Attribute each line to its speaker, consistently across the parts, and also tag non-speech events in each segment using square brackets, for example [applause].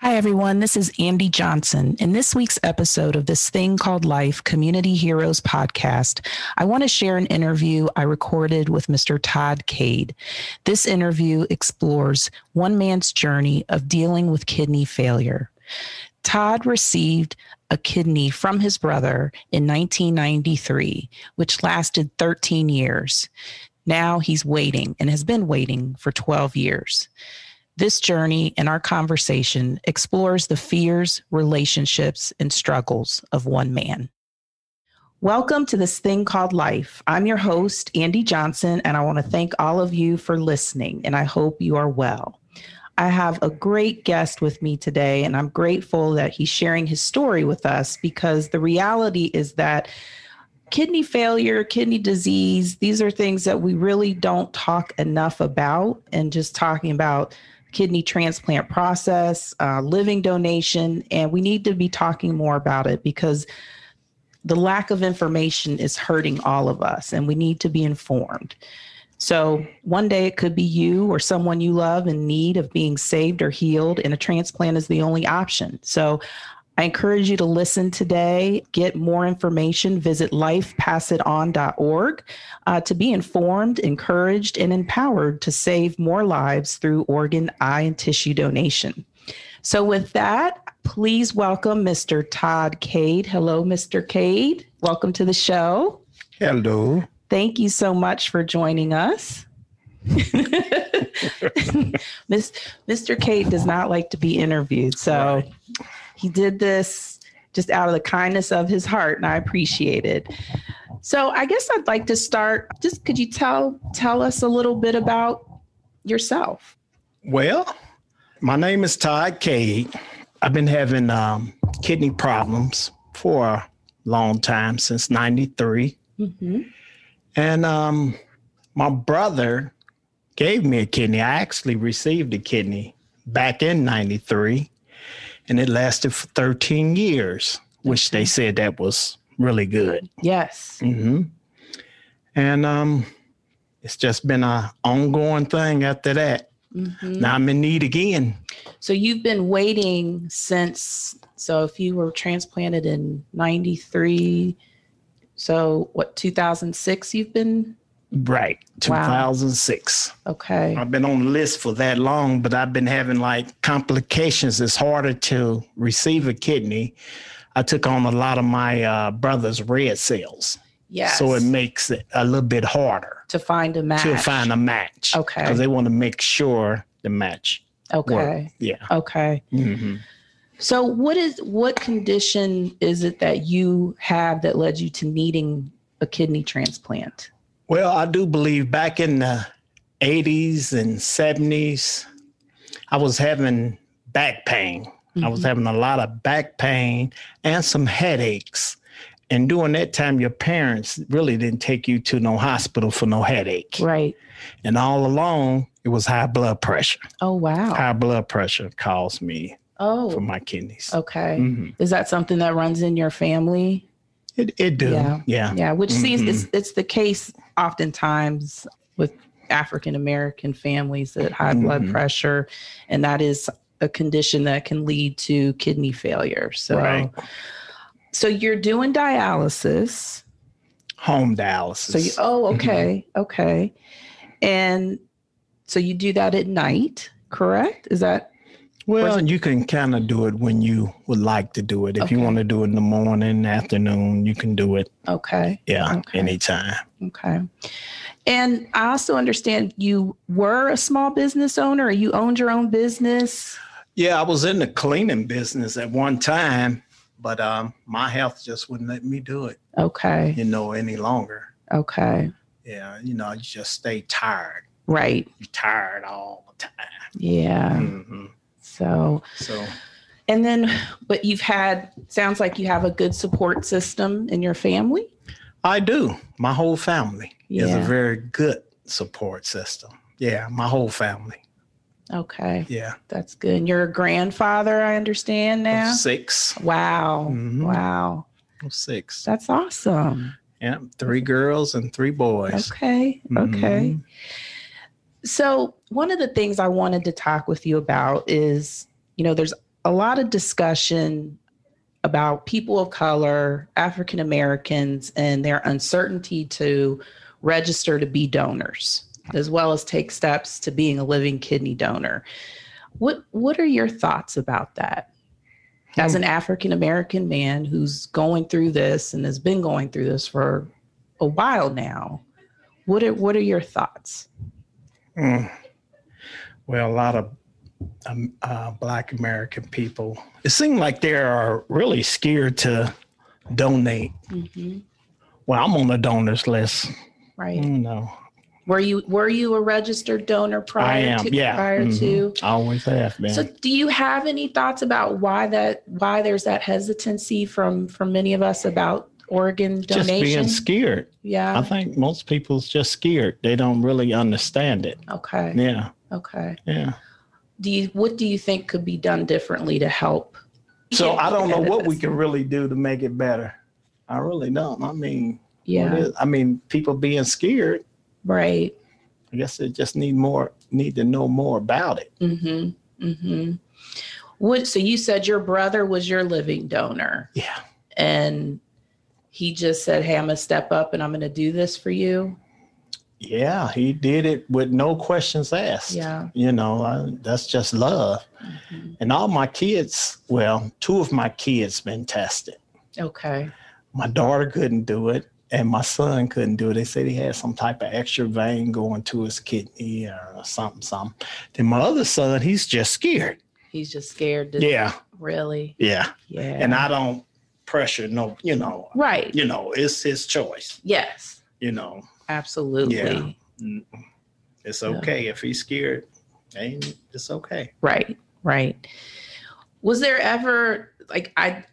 Speaker 1: Hi, everyone. This is Andy Johnson. In this week's episode of This Thing Called Life Community Heroes podcast, I want to share an interview I recorded with Mr. Todd Cade. This interview explores one man's journey of dealing with kidney failure. Todd received a kidney from his brother in 1993, which lasted 13 years. Now he's waiting and has been waiting for 12 years. This journey and our conversation explores the fears, relationships, and struggles of one man. Welcome to this thing called life. I'm your host, Andy Johnson, and I want to thank all of you for listening, and I hope you are well. I have a great guest with me today, and I'm grateful that he's sharing his story with us because the reality is that kidney failure, kidney disease, these are things that we really don't talk enough about, and just talking about kidney transplant process, uh, living donation, and we need to be talking more about it because the lack of information is hurting all of us and we need to be informed. So, one day it could be you or someone you love in need of being saved or healed, and a transplant is the only option. So, I encourage you to listen today, get more information, visit lifepassiton.org uh, to be informed, encouraged, and empowered to save more lives through organ, eye, and tissue donation. So, with that, please welcome Mr. Todd Cade. Hello, Mr. Cade. Welcome to the show.
Speaker 2: Hello.
Speaker 1: Thank you so much for joining us. [laughs] Miss, Mr. Cade does not like to be interviewed, so he did this just out of the kindness of his heart, and I appreciate it. So, I guess I'd like to start. Just could you tell tell us a little bit about yourself?
Speaker 2: Well, my name is Todd Cade. I've been having um, kidney problems for a long time since 93.
Speaker 1: Mm-hmm.
Speaker 2: And um, my brother gave me a kidney. I actually received a kidney back in 93, and it lasted for 13 years, which they said that was really good.
Speaker 1: Yes.
Speaker 2: hmm And um, it's just been a ongoing thing after that.
Speaker 1: Mhm.
Speaker 2: Now I'm in need again.
Speaker 1: So you've been waiting since. So if you were transplanted in '93, so what 2006? You've been
Speaker 2: Right,
Speaker 1: Wow.
Speaker 2: 2006.
Speaker 1: okay.
Speaker 2: I've been on the list for that long, but I've been having like complications. It's harder to receive a kidney. I took on a lot of my uh, brother's red cells,
Speaker 1: Yes.
Speaker 2: so it makes it a little bit harder
Speaker 1: to find a match.
Speaker 2: to find a match.
Speaker 1: Okay.
Speaker 2: because they want to make sure the match.
Speaker 1: Okay.
Speaker 2: work. Yeah.
Speaker 1: Okay.
Speaker 2: Mhm.
Speaker 1: So what is what condition is it that you have that led you to needing a kidney transplant?
Speaker 2: Well, I do believe back in the 80s and 70s, I was having back pain. I
Speaker 1: Mm-hmm.
Speaker 2: was having a lot of back pain and some headaches. And during that time, your parents really didn't take you to no hospital for no headache.
Speaker 1: Mm-hmm. right.
Speaker 2: And all along, it was high blood pressure.
Speaker 1: Oh wow.
Speaker 2: High blood pressure caused me for
Speaker 1: Oh.
Speaker 2: my kidneys.
Speaker 1: Okay.
Speaker 2: Mhm.
Speaker 1: Is that something that runs in your family?
Speaker 2: It, it do.
Speaker 1: Yeah.
Speaker 2: Yeah.
Speaker 1: Yeah, which seems
Speaker 2: Mhm.
Speaker 1: it's it's the case oftentimes with African American families that high blood
Speaker 2: Mhm.
Speaker 1: pressure, and that is a condition that can lead to kidney failure. So,
Speaker 2: Right.
Speaker 1: so you're doing dialysis.
Speaker 2: Home dialysis.
Speaker 1: So you oh okay okay, and so you do that at night, correct? Is that
Speaker 2: Well, you can kind of do it when you would like to do it. If you
Speaker 1: Okay.
Speaker 2: want to do it in the morning, afternoon, you can do it.
Speaker 1: okay?
Speaker 2: Yeah,
Speaker 1: Okay.
Speaker 2: anytime.
Speaker 1: Okay. And I also understand you were a small business owner. You owned your own business.
Speaker 2: Yeah, I was in the cleaning business at one time, but um, my health just wouldn't let me do it,
Speaker 1: Okay.
Speaker 2: you know, any longer.
Speaker 1: Okay.
Speaker 2: Yeah, you know, you just stay tired.
Speaker 1: Right.
Speaker 2: You're tired all the time.
Speaker 1: Yeah.
Speaker 2: Mhm.
Speaker 1: So,
Speaker 2: So,
Speaker 1: and then, but you've had, sounds like you have a good support system in your family.
Speaker 2: I do. My whole family is a
Speaker 1: Yeah.
Speaker 2: very good support system. Yeah, my whole family.
Speaker 1: Okay.
Speaker 2: Yeah.
Speaker 1: That's good. And you're a grandfather, I understand now.
Speaker 2: 6
Speaker 1: Oh, Wow.
Speaker 2: Mhm.
Speaker 1: Wow.
Speaker 2: Six.
Speaker 1: That's awesome.
Speaker 2: Yeah, three girls and three boys.
Speaker 1: Okay. Okay.
Speaker 2: Mhm.
Speaker 1: So, one of the things I wanted to talk with you about is, you know, there's a lot of discussion about people of color, African Americans, and their uncertainty to register to be donors, as well as take steps to being a living kidney donor. What What are your thoughts about that? As an African American man who's going through this and has been going through this for a while now, what are what are your thoughts?
Speaker 2: Mm. Well, a lot of um, uh, Black American people, it seems like they are really scared to donate.
Speaker 1: Mhm.
Speaker 2: Well, I'm on the donors list.
Speaker 1: Right?
Speaker 2: You know,
Speaker 1: Were you Were you a registered donor prior?
Speaker 2: I am.
Speaker 1: To,
Speaker 2: yeah,
Speaker 1: Prior
Speaker 2: Mhm.
Speaker 1: to.
Speaker 2: I always have been.
Speaker 1: So, do you have any thoughts about why that why there's that hesitancy from from many of us about organ
Speaker 2: just being
Speaker 1: donation?
Speaker 2: scared. I
Speaker 1: Yeah.
Speaker 2: think most people's just scared. They don't really understand it.
Speaker 1: Okay.
Speaker 2: Yeah,
Speaker 1: Okay.
Speaker 2: yeah.
Speaker 1: Do you what do you think could be done differently to help?
Speaker 2: So I don't know what we
Speaker 1: can.
Speaker 2: can really do to make it better. I really don't. I mean, what
Speaker 1: Yeah.
Speaker 2: is- I mean, people being scared.
Speaker 1: Right.
Speaker 2: I guess they just need more, need to know more about it.
Speaker 1: Mm-hmm. Mm-hmm. What? So you said your brother was your living donor,
Speaker 2: Yeah,
Speaker 1: and he just said, "Hey, I'm gonna step up and I'm gonna do this for you."
Speaker 2: yeah. He did it with no questions asked.
Speaker 1: Yeah.
Speaker 2: You know, I, that's just love.
Speaker 1: Mhm.
Speaker 2: And all my kids, well, two of my kids been tested.
Speaker 1: Okay.
Speaker 2: My daughter couldn't do it, and my son couldn't do it. They said he had some type of extra vein going to his kidney or something, something. Then my other son, he's just scared.
Speaker 1: He's just scared. To,
Speaker 2: Yeah,
Speaker 1: Really.
Speaker 2: yeah.
Speaker 1: Yeah.
Speaker 2: And I don't pressure no, you know,
Speaker 1: Right.
Speaker 2: you know, it's his choice.
Speaker 1: Yes.
Speaker 2: You know,
Speaker 1: Absolutely.
Speaker 2: Yeah. it's okay if he's scared. Ain't it's okay.
Speaker 1: Right. Right. Was there ever like I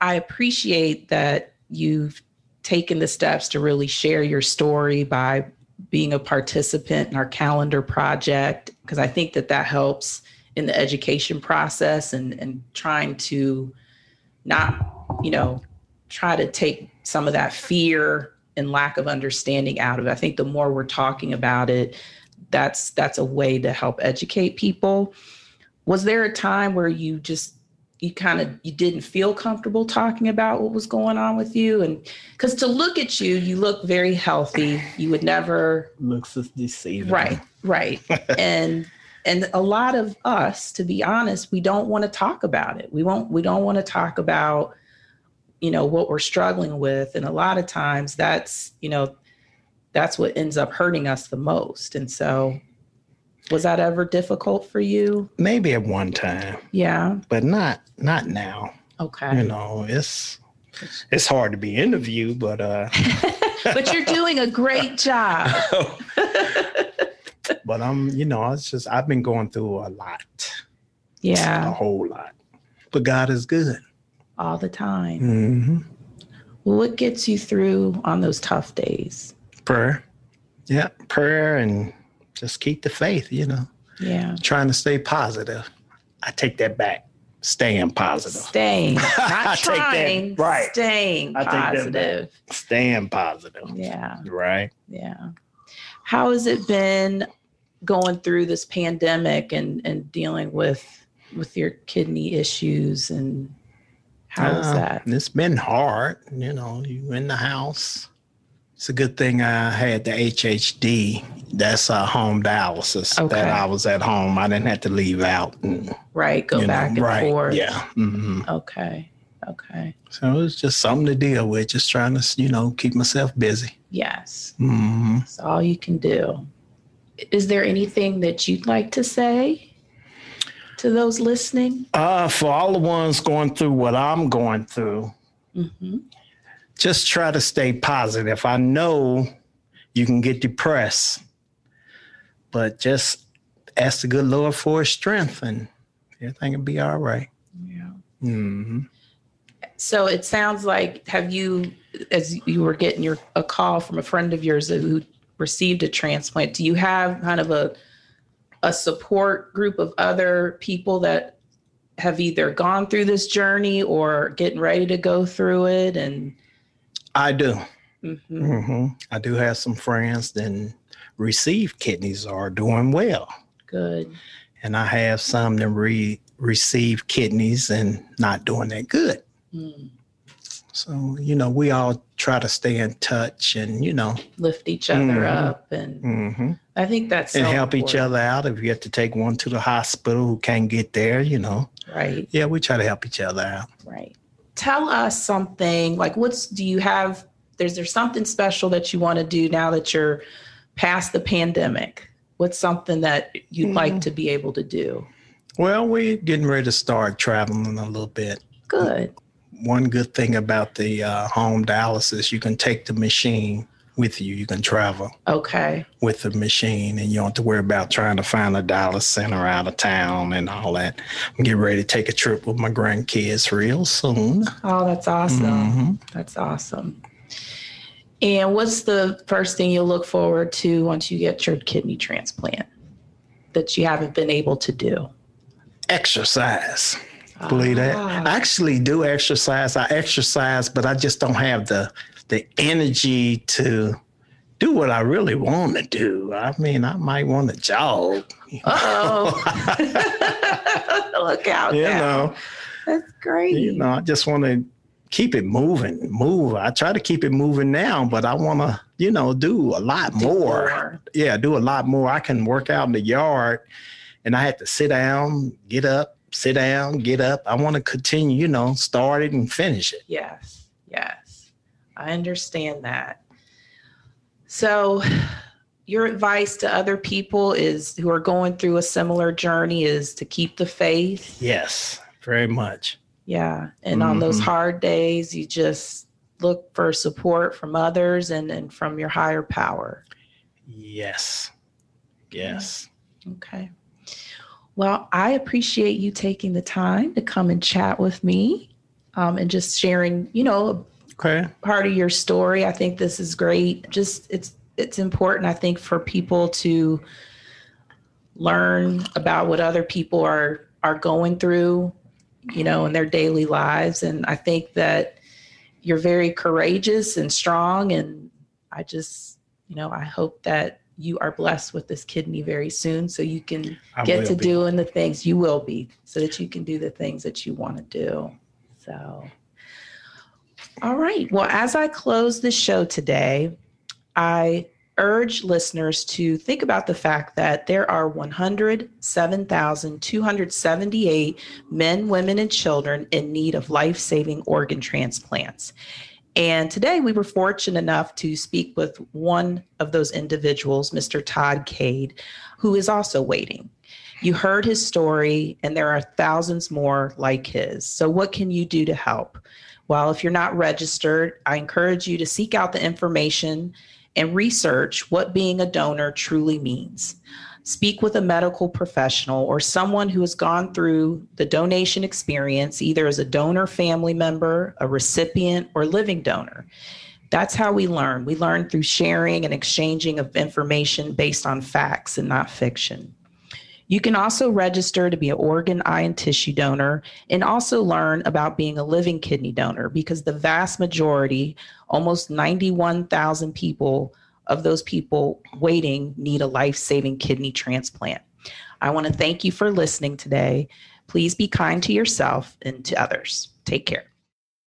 Speaker 1: I appreciate that you've taken the steps to really share your story by being a participant in our calendar project because I think that that helps in the education process and and trying to not, you know, try to take some of that fear and lack of understanding out of it. I think the more we're talking about it, that's that's a way to help educate people. Was there a time where you just you kind of you didn't feel comfortable talking about what was going on with you and cuz to look at you, you look very healthy. You would never
Speaker 2: Looks is deceiving.
Speaker 1: Right, right. and and a lot of us, to be honest, we don't want to talk about it. We won't we don't want to talk about, you know, what we're struggling with. And a lot of times that's, you know, that's what ends up hurting us the most. And so was that ever difficult for you?
Speaker 2: Maybe at one time,
Speaker 1: Yeah.
Speaker 2: but not not now.
Speaker 1: Okay.
Speaker 2: You know, it's it's hard to be interviewed,
Speaker 1: [laughs]
Speaker 2: but uh
Speaker 1: [laughs] but you're doing a great job.
Speaker 2: but I'm you know, it's just I've been going through a lot. A
Speaker 1: Yeah.
Speaker 2: whole lot. But God is good.
Speaker 1: All the time.
Speaker 2: Mm-hmm.
Speaker 1: Well, what gets you through on those tough days?
Speaker 2: Prayer. Yeah, prayer and just keep the faith, you know.
Speaker 1: Yeah.
Speaker 2: Trying to stay positive. I take that back. Staying positive.
Speaker 1: Staying,
Speaker 2: [laughs] I
Speaker 1: not
Speaker 2: take that.
Speaker 1: trying,
Speaker 2: Right.
Speaker 1: Staying
Speaker 2: I take that back.
Speaker 1: positive.
Speaker 2: Staying positive.
Speaker 1: Yeah,
Speaker 2: Right.
Speaker 1: yeah. How has it been going through this pandemic and and dealing with with your kidney issues and how is
Speaker 2: Uh,
Speaker 1: that?
Speaker 2: It's been hard, you know, you in the house. It's a good thing I had the HHD. That's a home dialysis
Speaker 1: Okay.
Speaker 2: that I was at home. I didn't have to leave out and
Speaker 1: Right, go
Speaker 2: you know,
Speaker 1: back and
Speaker 2: right.
Speaker 1: forth.
Speaker 2: Yeah. hmm
Speaker 1: Okay. Okay.
Speaker 2: So it's just something to deal with, just trying to, you know, keep myself busy.
Speaker 1: Yes.
Speaker 2: hmm
Speaker 1: That's all you can do. Is there anything that you'd like to say to those listening?
Speaker 2: Uh, for all the ones going through what I'm going through,
Speaker 1: hmm
Speaker 2: just try to stay positive. I know you can get depressed, but just ask the good Lord for his strength and everything will be all right.
Speaker 1: Yeah.
Speaker 2: Mm-hmm.
Speaker 1: So it sounds like have you, as you were getting your a call from a friend of yours who received a transplant, do you have kind of a a support group of other people that have either gone through this journey or getting ready to go through it? And
Speaker 2: I do.
Speaker 1: Mhm.
Speaker 2: hmm I do have some friends that receive kidneys are doing well.
Speaker 1: good,
Speaker 2: And I have some that re- received kidneys and not doing that good.
Speaker 1: Mm.
Speaker 2: So, you know, we all try to stay in touch and, you know,
Speaker 1: Lift each other
Speaker 2: Mhm.
Speaker 1: up, and
Speaker 2: hmm
Speaker 1: I think that's
Speaker 2: and
Speaker 1: so
Speaker 2: help each
Speaker 1: important,
Speaker 2: other out. If you have to take one to the hospital who can't get there, you know,
Speaker 1: Right,
Speaker 2: yeah, we try to help each other out.
Speaker 1: right. Tell us something. Like, what's do you have? There's there something special that you want to do now that you're past the pandemic? What's something that you'd like
Speaker 2: Mhm.
Speaker 1: to be able to do?
Speaker 2: Well, we're getting ready to start traveling a little bit.
Speaker 1: Good.
Speaker 2: One good thing about the uh, home dialysis, you can take the machine with you. You can travel
Speaker 1: Okay.
Speaker 2: with the machine and you don't have to worry about trying to find a dialysis center out of town and all that. I'm getting ready to take a trip with my grandkids real soon.
Speaker 1: Oh, that's awesome.
Speaker 2: Mhm.
Speaker 1: That's awesome. And what's the first thing you'll look forward to once you get your kidney transplant that you haven't been able to do?
Speaker 2: Exercise. Believe that. I
Speaker 1: Ah,
Speaker 2: actually do exercise. I exercise, but I just don't have the the energy to do what I really want to do. I mean, I might want to jog.
Speaker 1: Uh-oh. [laughs] Look out.
Speaker 2: you
Speaker 1: now.
Speaker 2: know,
Speaker 1: That's great.
Speaker 2: you know, I just want to keep it moving, move. I try to keep it moving now, but I want to, you know, do a lot
Speaker 1: Do
Speaker 2: more. Yeah, do a lot more. I can work out in the yard, and I had to sit down, get up, sit down, get up. I want to continue, you know, start it and finish it.
Speaker 1: Yes. Yes. I understand that. So, your advice to other people is who are going through a similar journey is to keep the faith.
Speaker 2: Yes, very much.
Speaker 1: Yeah. And on those
Speaker 2: Mhm.
Speaker 1: hard days, you just look for support from others and, and from your higher power.
Speaker 2: Yes. Yes.
Speaker 1: Okay. Well, I appreciate you taking the time to come and chat with me um, and just sharing, you know,
Speaker 2: Okay.
Speaker 1: part of your story. I think this is great. Just it's it's important, I think, for people to learn about what other people are are going through, you know, in their daily lives. And I think that you're very courageous and strong. And I just, you know, I hope that you are blessed with this kidney very soon so you can
Speaker 2: I
Speaker 1: get
Speaker 2: will
Speaker 1: to
Speaker 2: be.
Speaker 1: doing the things you will be so that you can do the things that you want to do. So, all right. Well, as I close the show today, I urge listeners to think about the fact that there are 107,278 men, women, and children in need of life saving organ transplants. And today we were fortunate enough to speak with one of those individuals, Mr. Todd Cade, who is also waiting. You heard his story, and there are thousands more like his. So, what can you do to help? Well, if you're not registered, I encourage you to seek out the information and research what being a donor truly means. Speak with a medical professional or someone who has gone through the donation experience, either as a donor family member, a recipient, or living donor. That's how we learn. We learn through sharing and exchanging of information based on facts and not fiction. You can also register to be an organ, eye, and tissue donor and also learn about being a living kidney donor because the vast majority, almost 91,000 people, of those people waiting need a life saving kidney transplant. I want to thank you for listening today. Please be kind to yourself and to others. Take care.